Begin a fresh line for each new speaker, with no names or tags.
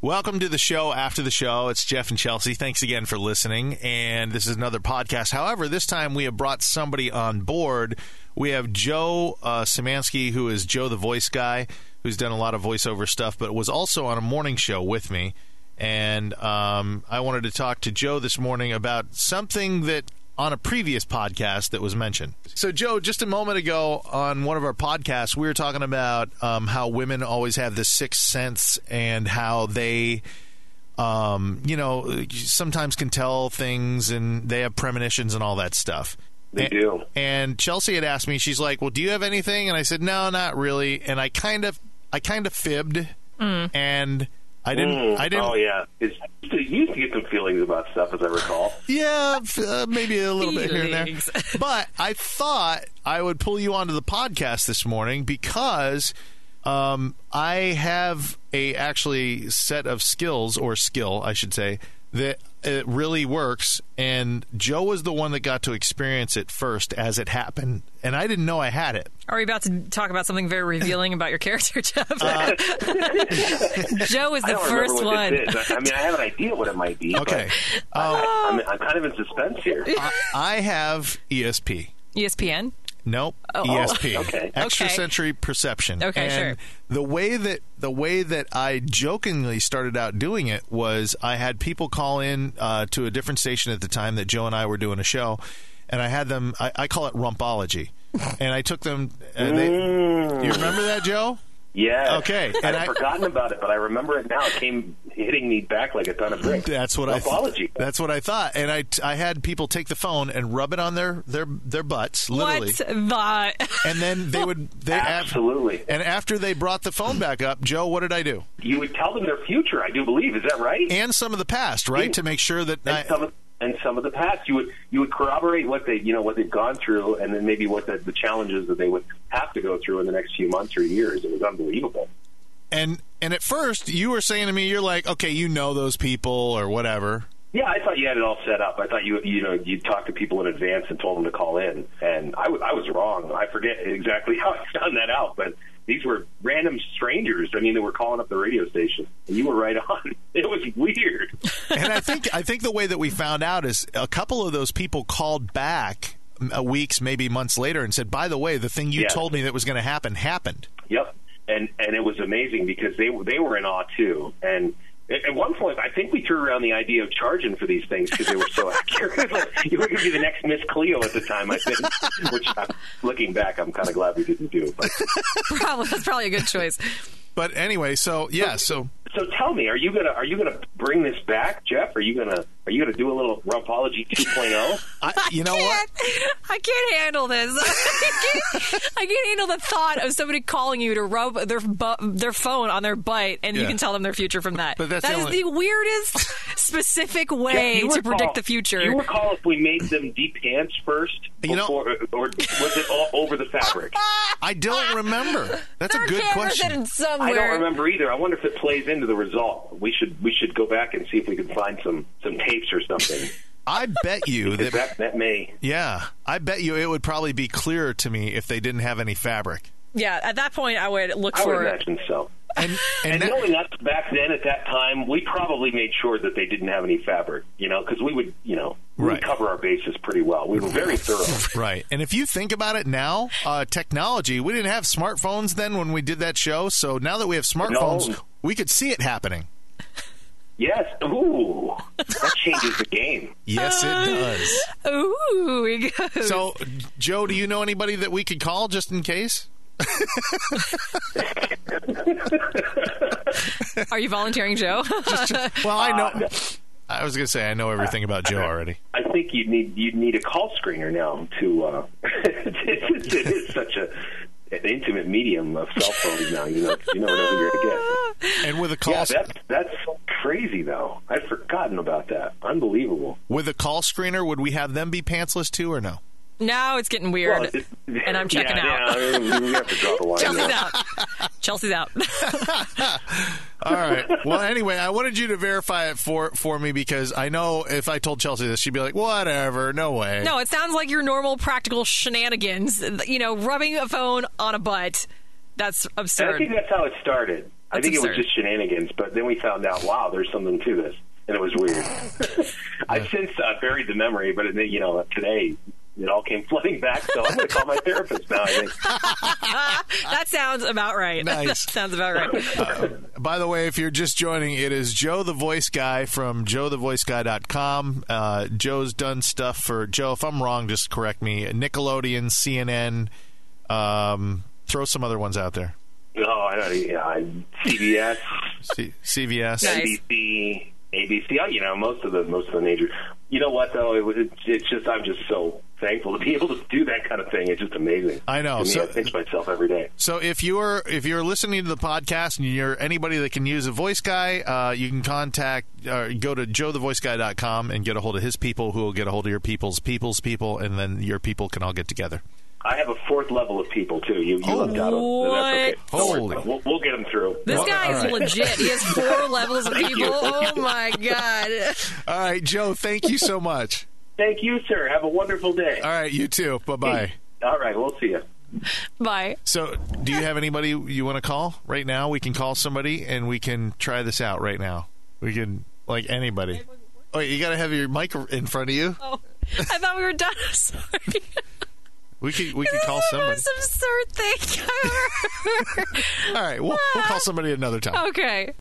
Welcome to the show after the show. It's Jeff and Chelsea. Thanks again for listening. And this is another podcast. However, this time we have brought somebody on board. We have Joe uh, Szymanski, who is Joe the voice guy, who's done a lot of voiceover stuff, but was also on a morning show with me. And um, I wanted to talk to Joe this morning about something that on a previous podcast that was mentioned. So, Joe, just a moment ago on one of our podcasts, we were talking about um, how women always have this sixth sense and how they, um, you know, sometimes can tell things and they have premonitions and all that stuff.
They do.
And Chelsea had asked me, she's like, "Well, do you have anything?" And I said, "No, not really." And I kind of, I kind of fibbed, and I didn't,
Mm.
I didn't.
Oh yeah, it's, you used to get some feelings about stuff, as I recall.
Yeah, f- uh, maybe a little bit here and
Feelings.
there. But I thought I would pull you onto the podcast this morning because um, I have a actually set of skills or skill, I should say, that it really works. And Joe was the one that got to experience it first as it happened, and I didn't know I had it.
Are we about to talk about something very revealing about your character, Jeff? Joe is
Uh, I
the
don't
first
remember what
one.
this is. I, I mean, I have an idea what it might be. but
Okay,
I, I'm, I'm kind of in suspense here.
I, I have E ESP.
E ESPN.
Nope. E ESP.
Okay.
Extra
Okay.
sensory perception.
Okay,
and
sure.
The way that the way that I jokingly started out doing it was I had people call in uh, to a different station at the time that Joe and I were doing a show, and I had them. I, I call it rumpology, and I took them. And they, You remember that, Joe?
Yeah.
Okay,
I'd
and I-
forgotten about it, but I remember it now. It came hitting me back like a ton of bricks.
That's what
Apology.
I. That's what I thought, and I I had people take the phone and rub it on their their their butts, literally.
What the?
And then they would they ab-
Absolutely.
and after they brought the phone back up, Joe, what did I do?
You would tell them their future. I do believe. Is that right?
and some of the past, right? To make sure that
and
I,
some of and some of the past you would you would corroborate what they you know what they've gone through and then maybe what the, the challenges that they would have to go through in the next few months or years it was unbelievable
and and at first you were saying to me, you're like, okay, you know those people or whatever.
yeah i thought you had it all set up i thought you you know you talked to people in advance and told them to call in and i, w- I was wrong i forget exactly how i found that out but these were random strangers i mean they were calling up the radio station and you were right on it was weird
And I think I think the way that we found out is a couple of those people called back m- uh, weeks, maybe months later, and said, by the way, the thing you
Yeah.
told me that was going to happen happened.
Yep, and and it was amazing because they they were in awe too. And at at one point, I think we threw around the idea of charging for these things because they were so accurate. like, you were going to be the next Miss Cleo at the time, I think. Which, I'm, looking back, I'm kind of glad we didn't do. But,
probably, that's probably a good choice.
But anyway, so yeah, so
so tell me, are you gonna are you gonna bring this back, Jeff? Are you gonna are you gonna do a little rumpology oh? 2.0?
I, you know what?
can't, I can't handle this. I can't, I can't handle the thought of somebody calling you to rub their bu- their phone on their butt, and
Yeah.
you can tell them their future from that.
But that's
That
the
is
only-
the weirdest specific way
You
to
recall-
predict the future.
You recall if we made them de-pants first,
You know-
before, or was it all over the fabric?
I don't remember. That's
There
a
are
good
cameras
question.
in somewhere.
I don't remember either. I wonder if it plays into the result. We should we should go back and see if we can find some some tapes or something.
I bet you that.
Because that that may.
Yeah, I bet you it would probably be clearer to me if they didn't have any fabric.
Yeah, at that point, I would look
I would
for it.
imagine so.
And and,
And
that-
knowing us back then at that time, we probably made sure that they didn't have any fabric, you know, because we would, you know, we
Right.
would cover our bases pretty well. We were very thorough.
Right. And if you think about it now, uh, technology, we didn't have smartphones then when we did that show. So now that we have smartphones,
No.
we could see it happening.
Yes. Ooh, that changes the game.
Yes, it
Uh,
does.
Ooh, we go.
So, Joe, do you know anybody that we could call just in case?
Are you volunteering, Joe?
Well, I know. I was going to say, I know everything about Joe already.
I think you need you need a call screener now to. Uh, it, is, it is such a an intimate medium of cell phones now. You know, you know whatever you're going to get.
And with a call,
Yeah, that's that's crazy though. I'd forgotten about that. Unbelievable.
with a call screener, would we have them be pantsless too or no?
now it's getting weird, and I'm checking
yeah,
out.
Yeah, I mean, we have to draw the line.
Chelsea's
there.
out. Chelsea's out.
All right. Well, anyway, I wanted you to verify it for, for me because I know if I told Chelsea this, she'd be like, whatever, no way.
No, it sounds like your normal practical shenanigans. You know, rubbing a phone on a butt. That's
And I think
absurd.
that's how it started. I think it was
absurd.
just shenanigans, but then we found out, wow, there's something to this, and it was weird. I've since uh, buried the memory, but it, you know, today it all came flooding back. So I'm going to call my therapist now. I think.
That sounds about right.
Nice.
that sounds about right.
By the way, if you're just joining, it is Joe the Voice Guy from joethevoiceguy.com. Uh, Joe's done stuff for Joe. If I'm wrong, just correct me. Nickelodeon, CNN, um, throw some other ones out there.
Oh, I don't. Yeah, I- CBS,
C- CVS.
Nice.
NBC, ABC. oh, You know, most of the most of the major. You know what though? It was. It, it's just I'm just so thankful to be able to do that kind of thing. It's just amazing.
I know.
To me,
So-
I think to myself every day.
So if you're if you're listening to the podcast and you're anybody that can use a voice guy, uh, you can contact uh, go to joethevoiceguy.com and get a hold of his people, who will get a hold of your people's people's people, and then your people can all get together.
I have a fourth level of people too. You, you looked out on. That's okay.
What?
Don't worry
Holy.
about it. We'll, we'll get them through.
This
Well,
guy
all
is
right.
legit. He has four levels of people. Oh my god.
All right, Joe, thank you so much.
Thank you, sir. Have a wonderful day.
All right, you too. Bye bye.
All right, we'll see you.
Bye.
So, do you have anybody you want to call right now? We can call somebody and we can try this out right now. We can like anybody. Oh, you got to have your mic in front of you.
Oh, I thought we were done. I'm sorry.
We could we
This
could
is
call
the
somebody.
most absurd thing I've ever heard.
All right, we'll, we'll call somebody another time.
okay.